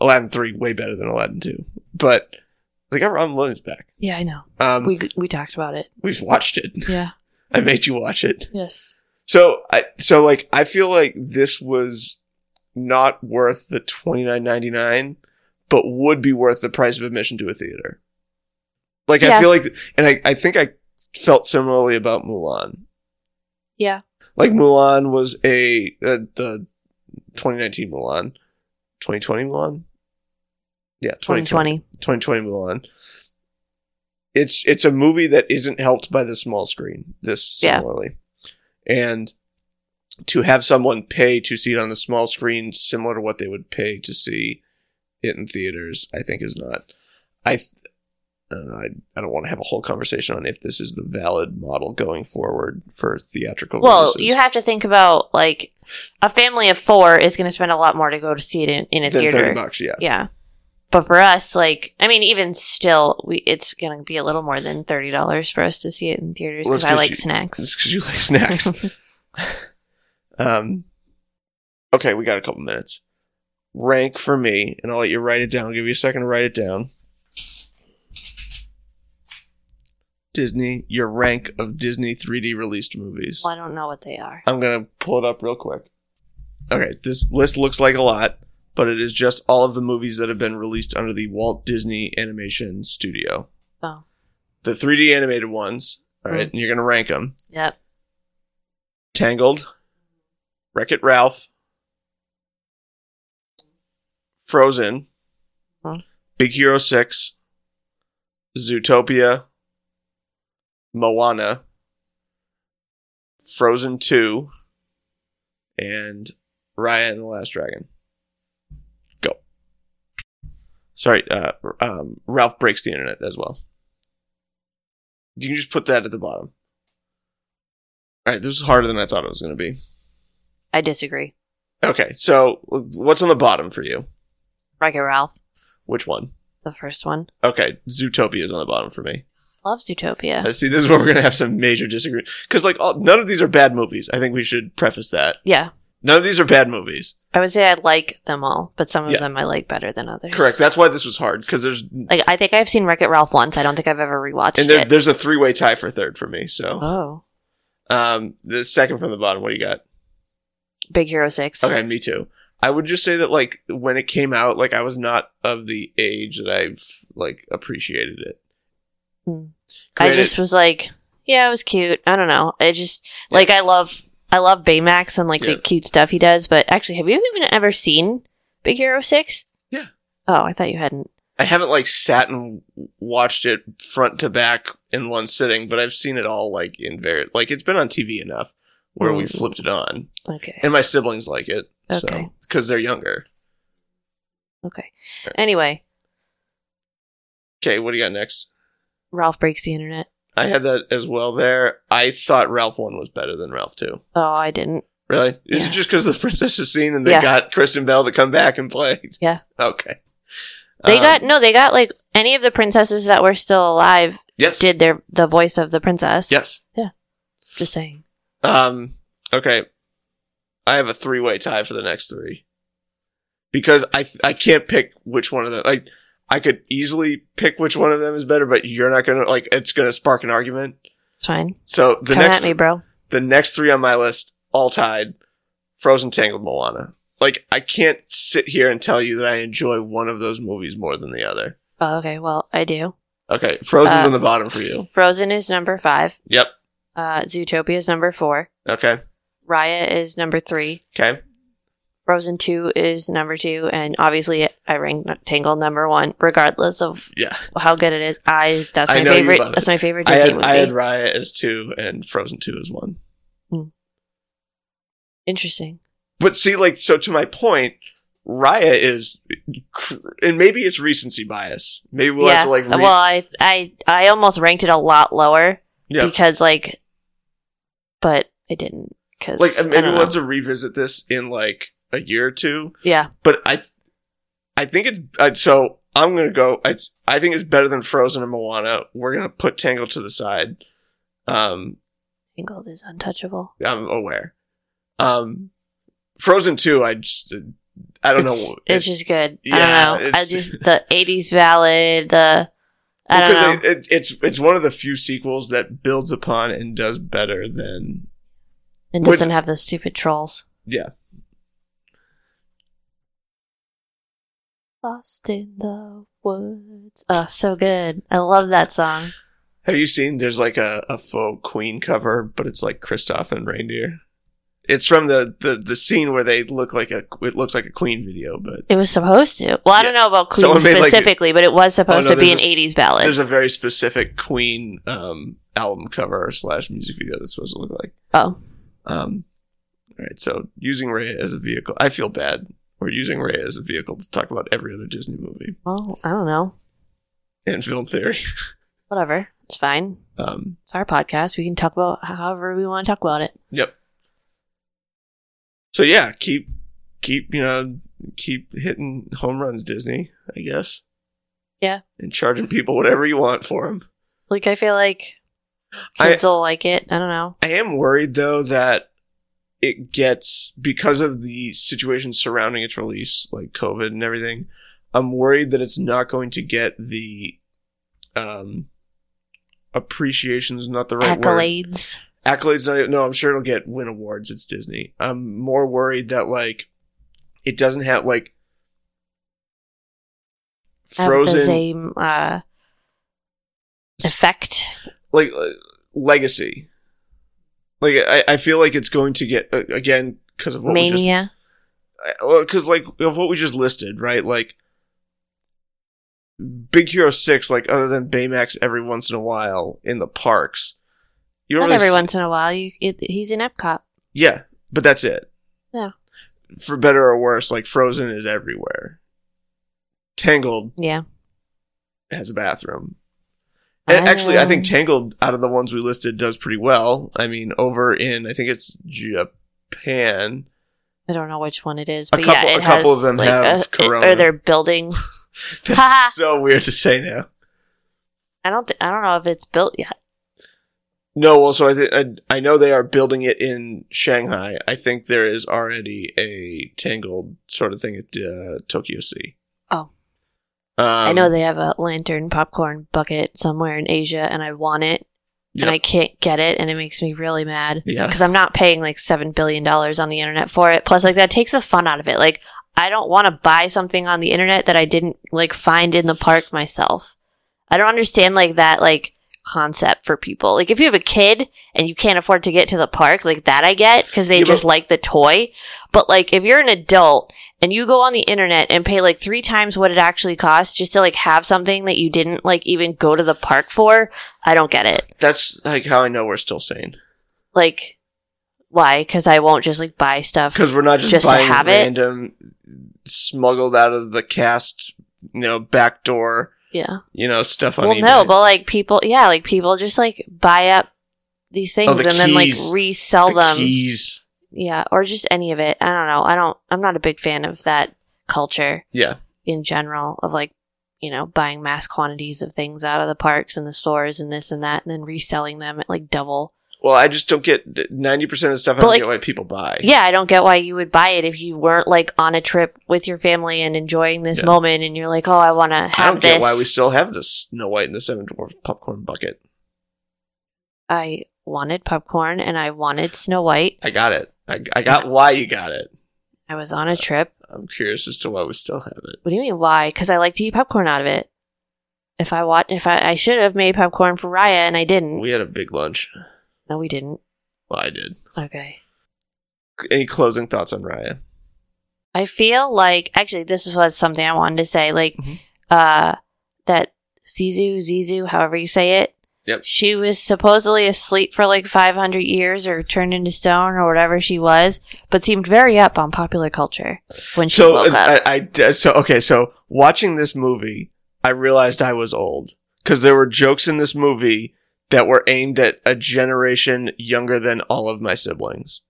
Aladdin three way better than Aladdin two, but they got Ron Williams back.
yeah, I know.
Um,
We we talked about it.
we've watched it.
Yeah.
I made you watch it.
Yes.
So I so like I feel like this was not worth the twenty nine ninety nine, but would be worth the price of admission to a theater. Like I
Yeah.
feel like and I, I think I felt similarly about Mulan.
Yeah.
Like Mulan was a uh, the twenty nineteen Mulan. Twenty twenty Mulan? Yeah,
Twenty
2020.
twenty.
2020 Mulan. It's it's a movie that isn't helped by the small screen. This
Yeah.
similarly, and to have someone pay to see it on the small screen, similar to what they would pay to see it in theaters, I think is not. I th- I don't know, I, I don't want to have a whole conversation on if this is the valid model going forward for theatrical.
Well,
releases.
you have to think about like a family of four is going to spend a lot more to go to see it in, in a
Than
theater.
thirty bucks, yeah.
Yeah, but for us, like I mean, even still, we it's going to be a little more than thirty dollars for us to see it in theaters
Well,
because
it's
I
'cause
like
you-
snacks.
Just because you like snacks. um, okay, we got a couple minutes. Rank for me, and I'll let you write it down. I'll give you a second to write it down. Disney your rank of Disney 3D released movies.
Well, I don't know what they are.
I'm gonna pull it up real quick. Okay, this list looks like a lot, but it is just all of the movies that have been released under the Walt Disney Animation Studio.
Oh.
The 3D animated ones. All right,
Mm.
and you're gonna rank them:
Yep.
Tangled, Wreck It Ralph, Frozen,
Mm.
Big Hero Six, Zootopia, Moana, Frozen Two, and Raya and the Last Dragon. Go. Sorry, uh, um, Ralph breaks the internet as well. You can just put that at the bottom. All right, this is harder than I thought it was going to be.
I disagree.
Okay, so what's on the bottom for you?
Wreck It Ralph,
Which one?
the first one.
Okay, Zootopia is on the bottom for me.
Loves Zootopia.
I see. This is where we're going to have some major disagreement because, like, all, none of these are bad movies. I think we should preface that
yeah.
none of these are bad movies.
I would say I like them all, but some of
Yeah.
them I like better than others.
Correct. That's why this was hard because there's
like I think I've seen Wreck It Ralph once. I don't think I've ever rewatched
and there,
it.
there's a three way tie for third for me. So,
oh,
um, the second from the bottom. What do you got?
Big Hero Six.
Okay, me too. I would just say that like when it came out, like I was not of the age that I've like appreciated it.
Hmm. I
Granted-
just was like, yeah, it was cute. I don't know. I just like I love I love Baymax and like
Yeah.
the cute stuff he does. But actually, have you even ever seen Big Hero Six?
Yeah.
Oh, I thought you hadn't.
I haven't like sat and watched it front to back in one sitting, but I've seen it all like in very like it's been on TV enough where we
Mm.
flipped it on,
Okay.
and my siblings like it,
Okay.
so because they're younger.
Okay. Anyway,
Okay, what do you got next?
Ralph breaks the internet.
I had that as well. There, I thought Ralph one was better than Ralph two.
Oh, I didn't.
Really? Is
Yeah.
it just because the princess is seen and they
Yeah.
got Kristen Bell to come back and play?
Yeah.
Okay.
They
Um,
got no. They got like any of the princesses that were still alive
yes,
did their the voice of the princess.
yes.
Just saying.
Um, okay. I have a three way tie for the next three because I th- I can't pick which one of them. Like I could easily pick which one of them is better, but you're not gonna like it's gonna spark an argument.
It's fine.
So the
Come
next
at me, bro.
the next three on my list all tied: Frozen, Tangled, Moana. Like I can't sit here and tell you that I enjoy one of those movies more than the other.
Oh, okay. Well, I do.
Okay, Frozen's
Uh,
on the bottom for you.
Frozen is number five.
Yep.
Uh, Zootopia is number four.
Okay.
Raya is number three.
Okay.
Frozen 2 is number two. And obviously, I ranked Tangled number one, regardless of
Yeah.
how good it is. I that's
I
my
know you
favorite.
love it.
That's my favorite
I
Disney
had
movie.
I had Raya as two and Frozen two as one.
Interesting.
But see, like, so to my point, Raya is, cr- and maybe it's recency bias. Maybe we'll
yeah.
have to like, re-
well, I I I almost ranked it a lot lower
yeah,
because like, but I didn't because
like
I
maybe
don't
we'll
know.
have to revisit this in like a year or two.
yeah.
But I, th- I think it's I, so. I'm gonna go. I I think it's better than Frozen and Moana. We're gonna put Tangled to the side. Um,
Tangled is untouchable.
I'm aware. Um, Frozen two. I just, I don't
it's,
know.
It's just good.
yeah,
I don't know. I
it's-
just the '80s ballad. The I don't know.
because It, it, it's it's one of the few sequels that builds upon and does better than
and
which-
doesn't have the stupid trolls.
yeah.
Lost in the woods. Oh, so good. I love that song.
Have you seen? There's like a, a faux Queen cover, but it's like Kristoff and reindeer. It's from the, the the scene where they look like a it looks like a Queen video, but
It was supposed to. Well, I don't know about Queen
Someone made, like-
specifically, but it was supposed
Oh, no,
to be an
there's a-
'80s ballad.
there's a very specific Queen um album cover slash music video that's supposed to look like.
oh,
Um, all right, so using Raya as a vehicle, I feel bad. We're using Raya as a vehicle to talk about every other Disney movie
well, I don't know.
and film theory.
Whatever. It's fine.
Um,
It's our podcast. We can talk about however we want to talk about it.
Yep. So yeah, keep keep you know keep hitting home runs, Disney. I guess.
Yeah.
And charging people whatever you want for them.
Like I feel like
I-
kids will like it. I don't know.
I am worried though that it gets because of the situation surrounding its release, like COVID and everything. I'm worried that it's not going to get the um appreciation is not the right word.
accolades.
Accolades, not, even- no, I'm sure it'll get win awards. It's Disney. I'm more worried that like it doesn't have like
have the
Frozen
same uh, effect.
like uh, legacy. Like I, I feel like it's going to get uh, again because of what we just
Mania.
because like of what we just listed, right? Like Big Hero Six, like other than Baymax every once in a while in the parks, you
Not
don't really
every
s-
once in a while. You, it, he's in Epcot.
yeah, but that's it.
Yeah.
For better or worse, like Frozen is everywhere. Tangled
Yeah.
has a bathroom. And actually, I
Oh.
think Tangled, out of the ones we listed, does pretty well. I mean, over in I think it's Japan.
I don't know which one it is,
A
but
couple-
yeah, it
a couple
has,
of them
like,
have
a-
corona.
or they're building.
That's so weird to say now.
I don't. Th- I don't know if it's built yet.
No, well, so I, th- I I know they are building it in Shanghai. I think there is already a Tangled sort of thing at uh, Tokyo Sea.
Oh.
um,
I know they have a lantern popcorn bucket somewhere in Asia, and I want it,
Yep.
and I can't get it, and it makes me really mad
Yeah,
because I'm not paying like seven billion dollars on the internet for it. Plus, like that takes the fun out of it. Like I don't want to buy something on the internet that I didn't like find in the park myself. I don't understand like that like concept for people. Like if you have a kid and you can't afford to get to the park, like that I get because they
Yeah,
just like the toy. But like if you're an adult and you go on the internet and pay like three times what it actually costs just to like have something that you didn't like even go to the park for, I don't get it
that's like how I know we're still sane
like why because i won't just like buy stuff
because we're not just,
Just to
buying
have it?
random smuggled out of the cast, you know, backdoor,
yeah
you know, stuff on
well
eBay.
no but like people yeah like people just like buy up these things
Oh, the
and then like
keys.
resell
The
them
keys.
yeah or just any of it i don't know i don't i'm not a big fan of that culture
Yeah,
in general of like you know buying mass quantities of things out of the parks and the stores and this and that and then reselling them at like double well,
well, I just don't get ninety percent of stuff.
But,
I don't
like-
get why people buy.
yeah i don't get why you would buy it if you weren't like on a trip with your family and enjoying this
Yeah.
moment and you're like oh i want to have
I don't
this
get why we still have the Snow White and the Seven Dwarfs popcorn bucket.
I wanted popcorn and I wanted Snow White.
I got it. I, I got why you got it.
I was on a trip.
I'm curious as to why we still have it.
What do you mean why? Because I like to eat popcorn out of it. If I want, if I, I should have made popcorn for Raya and I didn't.
We had a big lunch.
no, we didn't.
Well, I did.
Okay.
Any closing thoughts on Raya?
I feel like actually this was something I wanted to say. Like,
Mhm.
uh, that Zizu Zizu, however you say it.
Yep.
She was supposedly asleep for like 500 years or turned into stone or whatever she was, but seemed very up on popular culture when she
So
woke up.
I, I d- so okay. So watching this movie, I realized I was old because there were jokes in this movie that were aimed at a generation younger than all of my siblings.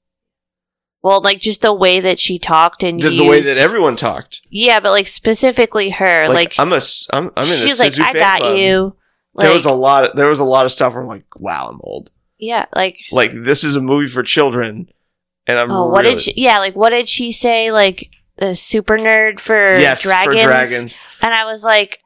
Well, like just the way that she talked and
The, the way
used-
that everyone talked.
yeah, but like specifically her,
Like,
like,
I'm a s- I'm I'm in
she
a
was like,
Suzu
"I
fan
got
club.
you." Like,
there was a lot. Of, there was a lot of stuff where I'm like, wow, I'm old.
yeah, like
Like this is a movie for children, and I'm.
oh, what
really-
did she? Yeah, like what did she say? Like the super nerd for
yes
dragons,
for dragons?
and I was like,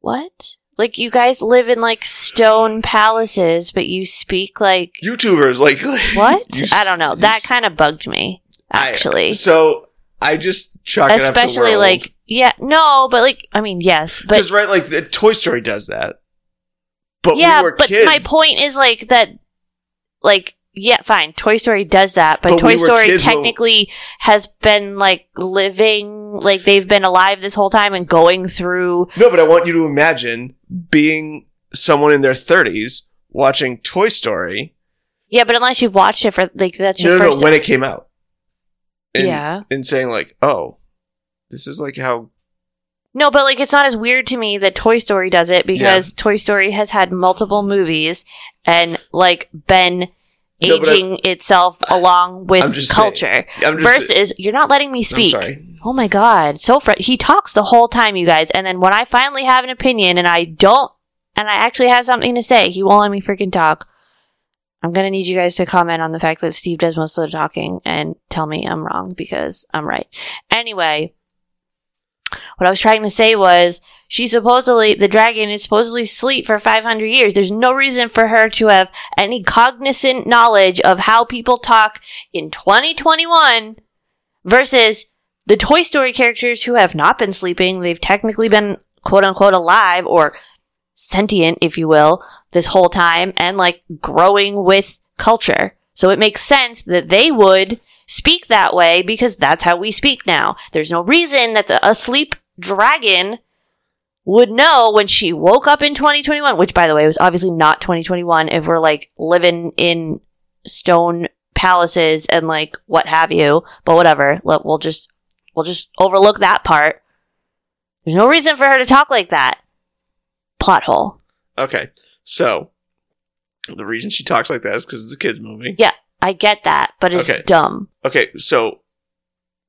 what? Like you guys live in like stone palaces, but you speak like
YouTubers like
what?
you-
I don't know.
you-
That kind of bugged me
I-
actually.
So I just chalk it up to
Especially
we're
like yeah, no, but like I mean yes, but
because right like the Toy Story does that, but
yeah,
we were
but
kids.
my point is like that, like yeah, fine. Toy Story does that, but,
But
Toy
we were
Story
kids when-
technically has been like living, like they've been alive this whole time and going through.
no, but I want you to imagine being someone in their 30s watching Toy Story.
Yeah, but unless you've watched it for like that's
No,
your
no,
first.
no, when it came out. And,
Yeah.
and saying like, oh, this is like how
No, but like it's not as weird to me that Toy Story does it because Toy Story has had multiple movies and like been
No, but I-
aging itself along with
I'm just saying.
culture.
I'm just,
Versus, you're not letting me
I'm
speak.
sorry.
Oh my god, so fr- he talks the whole time, you guys. And then when I finally have an opinion and I don't, and I actually have something to say, he won't let me freaking talk. I'm gonna need you guys to comment on the fact that Steve does most of the talking and tell me I'm wrong because I'm right. Anyway, What I was trying to say was she supposedly, the dragon is supposedly asleep for 500 years. There's no reason for her to have any cognizant knowledge of how people talk in 2021 versus the Toy Story characters who have not been sleeping. They've technically been quote unquote alive or sentient, if you will, this whole time and like growing with culture. So it makes sense that they would speak that way because that's how we speak now. There's no reason that the asleep dragon would know when she woke up in 2021, which by the way was obviously not 2021 if we're like living in stone palaces and like what have you, but whatever. Let- We'll just we'll just overlook that part. There's no reason for her to talk like that. Plot hole.
Okay, so the reason she talks like that is because it's a kids movie.
I get that, but it's
Okay.
dumb.
Okay, so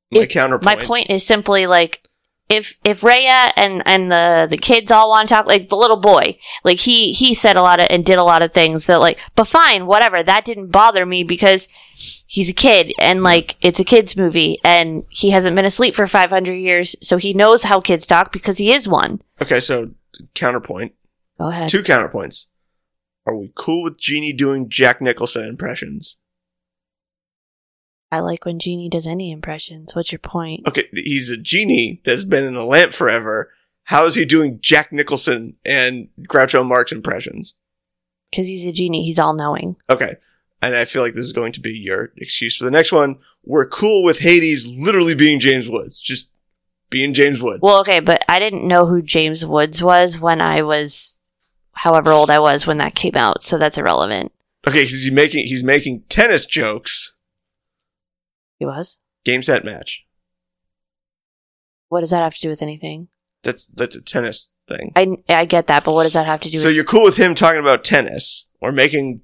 my
It-
counterpoint.
My point is simply like if if Raya and and the the kids all want to talk like the little boy, like he he said a lot of and did a lot of things that like but fine, whatever, that didn't bother me because he's a kid and like it's a kids movie and he hasn't been asleep for 500 years, so he knows how kids talk because he is one.
Okay, so counterpoint.
Go ahead.
Two counterpoints. Are we cool with Genie doing Jack Nicholson impressions?
I like when Genie does any impressions. What's your point?
Okay, he's a genie that's been in a lamp forever. How is he doing Jack Nicholson and Groucho Marx impressions?
Because he's a genie, he's all knowing.
Okay. And I feel like this is going to be your excuse for the next one. We're cool with Hades literally being James Woods. Just being James Woods.
Well, okay, but I didn't know who James Woods was when I was however old I was when that came out, so that's irrelevant.
okay, 'cause he's making he's making tennis jokes.
He was?
Game set match.
What does that have to do with anything?
That's that's a tennis thing.
I, I get that, but what does that have to do
So
with
you're cool with him talking about tennis or making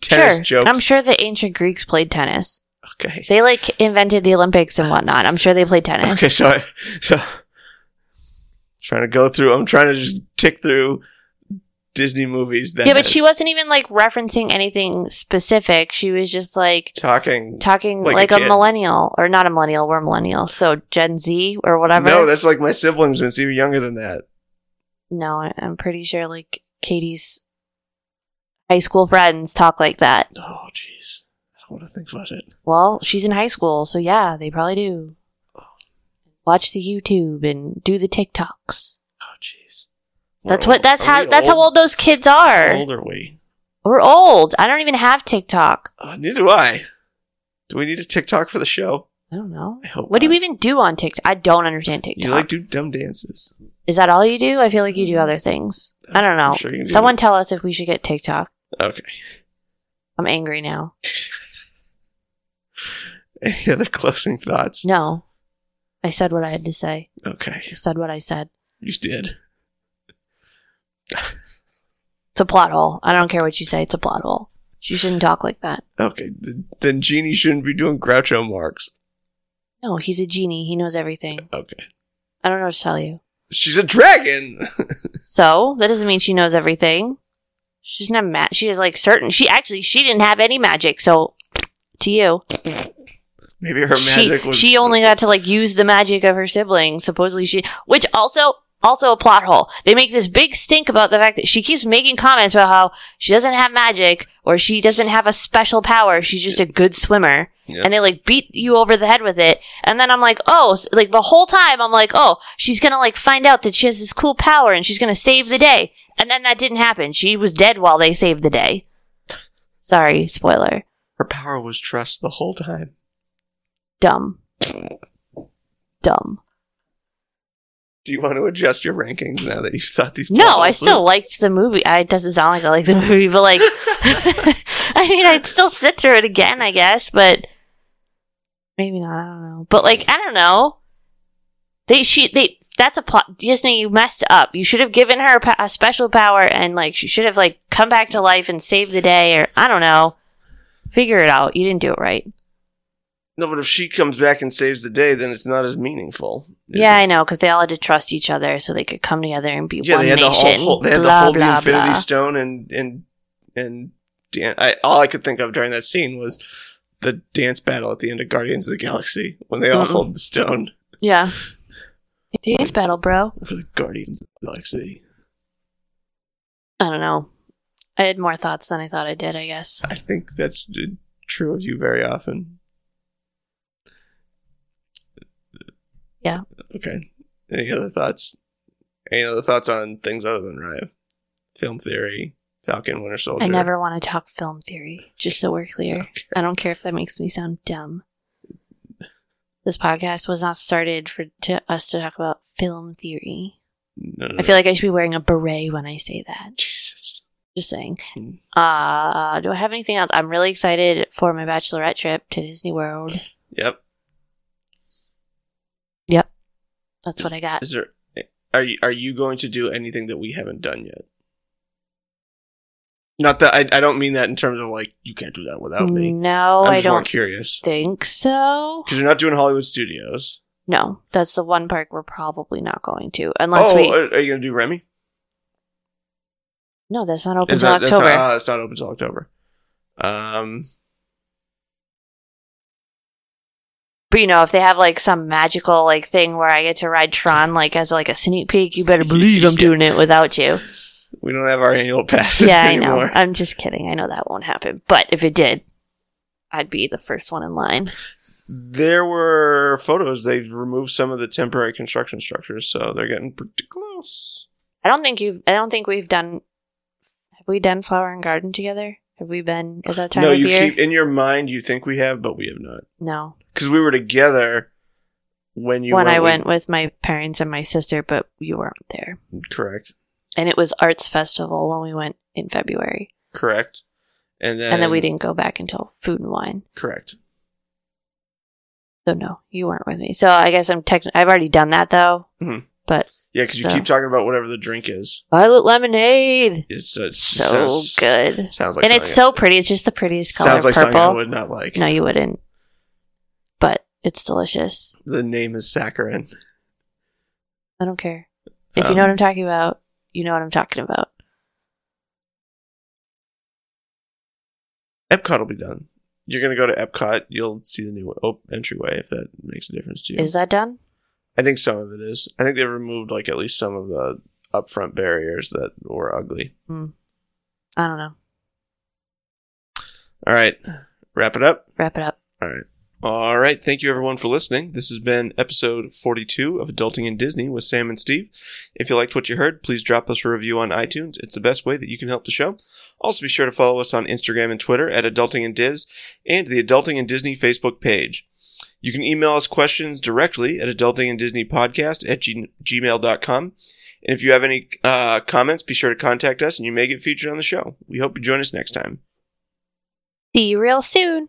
tennis
Sure.
jokes?
I'm sure the ancient Greeks played tennis.
okay.
They like invented the Olympics and whatnot. I'm sure they played tennis.
Okay, so I, so trying to go through. I'm trying to just tick through Disney movies that
Yeah, but she wasn't even like referencing anything specific. She was just like
talking.
talking
Like a
like, a,
kid.
millennial or not a millennial. We're millennials, so Gen Z or whatever.
No, that's like my siblings, and it's even younger than that.
No, I- I'm pretty sure like Katie's high school friends talk like that.
Oh, jeez, I don't want to think about it.
Well, she's in high school, so yeah, they probably do. Watch the YouTube and do the TikToks.
Oh, jeez.
That's
We're
what.
old-
That's
are
how.
we
That's how old those kids
How
are.
old are we?
We're old. I don't even have TikTok.
Uh, neither do I. Do we need a TikTok for the show?
I don't know.
I hope.
What do
not.
you even do on TikTok? I don't understand TikTok.
You like do dumb dances?
Is that all you do? I feel like you do other things. I don't
I'm
know.
sure you can do
Someone tell us if we should get TikTok.
Okay.
I'm angry now.
Any other closing thoughts?
No, I said what I had to say.
Okay,
I said what I said.
you did.
It's a plot hole. I don't care what you say. It's a plot hole. She shouldn't talk like that.
Okay, th- then Genie shouldn't be doing Groucho Marx.
No, he's a genie. He knows everything.
Okay.
I don't know what to tell you.
She's a dragon.
So that doesn't mean she knows everything. She's not mad. She is like certain. She actually she didn't have any magic. So to you,
Maybe her
she
magic was.
she only got to like use the magic of her siblings. Supposedly she, which also also a plot hole. They make this big stink about the fact that she keeps making comments about how she doesn't have magic or she doesn't have a special power. She's just a good swimmer.
Yeah.
And they like beat you over the head with it. And then I'm like, oh, s- like the whole time I'm like, oh, she's gonna like find out that she has this cool power and she's gonna save the day. And then that didn't happen. She was dead while they saved the day. Sorry, spoiler.
her power was trust the whole time.
Dumb. Dumb.
Do you want to adjust your rankings now that you've thought these?
No, I
plot
still liked the movie. I, it doesn't sound like I like the movie, but like, I mean, I'd still sit through it again, I guess, but maybe not. I don't know. But like, I don't know. They she they that's a plot. Disney, you messed up. You should have given her a, pa- a special power, and like she should have like come back to life and saved the day, or I don't know. Figure it out. You didn't do it right.
No, but if she comes back and saves the day, then it's not as meaningful. is
yeah,
it?
I know, because they all had to trust each other so they could come together and be
yeah.
one
They had, to
nation.
all, hold- they had
Blah,
to hold the
blah,
Infinity
blah.
Stone and and and dan- I, all I could think of during that scene was the dance battle at the end of Guardians of the Galaxy when they all
Mm-mm.
hold the stone.
Yeah. Dance battle, bro.
for the Guardians of the Galaxy.
I don't know. I had more thoughts than I thought I did, I guess.
I think that's uh, true of you very often.
Yeah.
Okay. Any other thoughts? Any other thoughts on things other than Raya? Film theory, Falcon, Winter Soldier.
I never want to talk film theory, just so we're clear. I don't care if that makes me sound dumb. This podcast was not started for to us to talk about film theory.
No, no,
I feel like I should be wearing a beret when I say that.
Jesus.
Just saying.
Mm.
Uh, do I have anything else? I'm really excited for my bachelorette trip to Disney World.
Yep.
That's what I got.
Is there? Are you are you going to do anything that we haven't done yet? Not that I, I don't mean that in terms of like you can't do that without me.
No,
I'm
I
just more
don't
curious
think so.
because you're not doing Hollywood Studios.
No, that's the one park we're probably not going to. Unless we.
Oh, are, are you gonna do Remy?
No, that's not open
Is
till
that-
October.
That's not, uh, it's not open till October. Um,
but you know, if they have like some magical like thing where I get to ride Tron like as like a sneak peek, you better believe I'm
Yeah.
doing it without you.
we don't have our annual passes
yeah, I
anymore.
know. I'm just kidding. I know that won't happen. But if it did, I'd be the first one in line.
There were photos. They've removed some of the temporary construction structures, so they're getting pretty close.
I don't think you've. I don't think we've done. Have we done flower and garden together? Have we been at that time
no,
of
you
year?
keep in your mind. You think we have, but we have not.
no.
Because we were together when you
when
went
I
with-
went with my parents and my sister, but you weren't there.
Correct.
And it was arts festival when we went in February,
Correct. And then
and, then we didn't go back until food and wine.
Correct.
So no, you weren't with me. So I guess I'm tech. I've already done that though.
Yeah, because
So-
you keep talking about whatever the drink is.
Violet lemonade,
It's uh,
so
sounds-
good,
Sounds like
and it's
something-
so pretty. It's just the prettiest color,
sounds like something I
purple.
would not like.
No, you wouldn't. But it's delicious.
The name is saccharin.
I don't care. If you know
Um,
what I'm talking about, you know what I'm talking about.
Epcot will be done. You're gonna go to Epcot. You'll see the new oh, entryway if that makes a difference to you.
Is that done?
I think some of it is. I think they removed like at least some of the upfront barriers that were ugly.
I don't know.
All right, wrap it up.
Wrap it up.
All right. All right. Thank you, everyone, for listening. This has been episode 42 of Adulting in Disney with Sam and Steve. If you liked what you heard, please drop us a review on iTunes. It's the best way that you can help the show. Also, be sure to follow us on Instagram and Twitter at Adulting in Diz and the Adulting in Disney Facebook page. You can email us questions directly at adultinginDisneypodcast at g- gmail.com. And if you have any uh, comments, be sure to contact us and you may get featured on the show. We hope you join us next time.
See you real soon.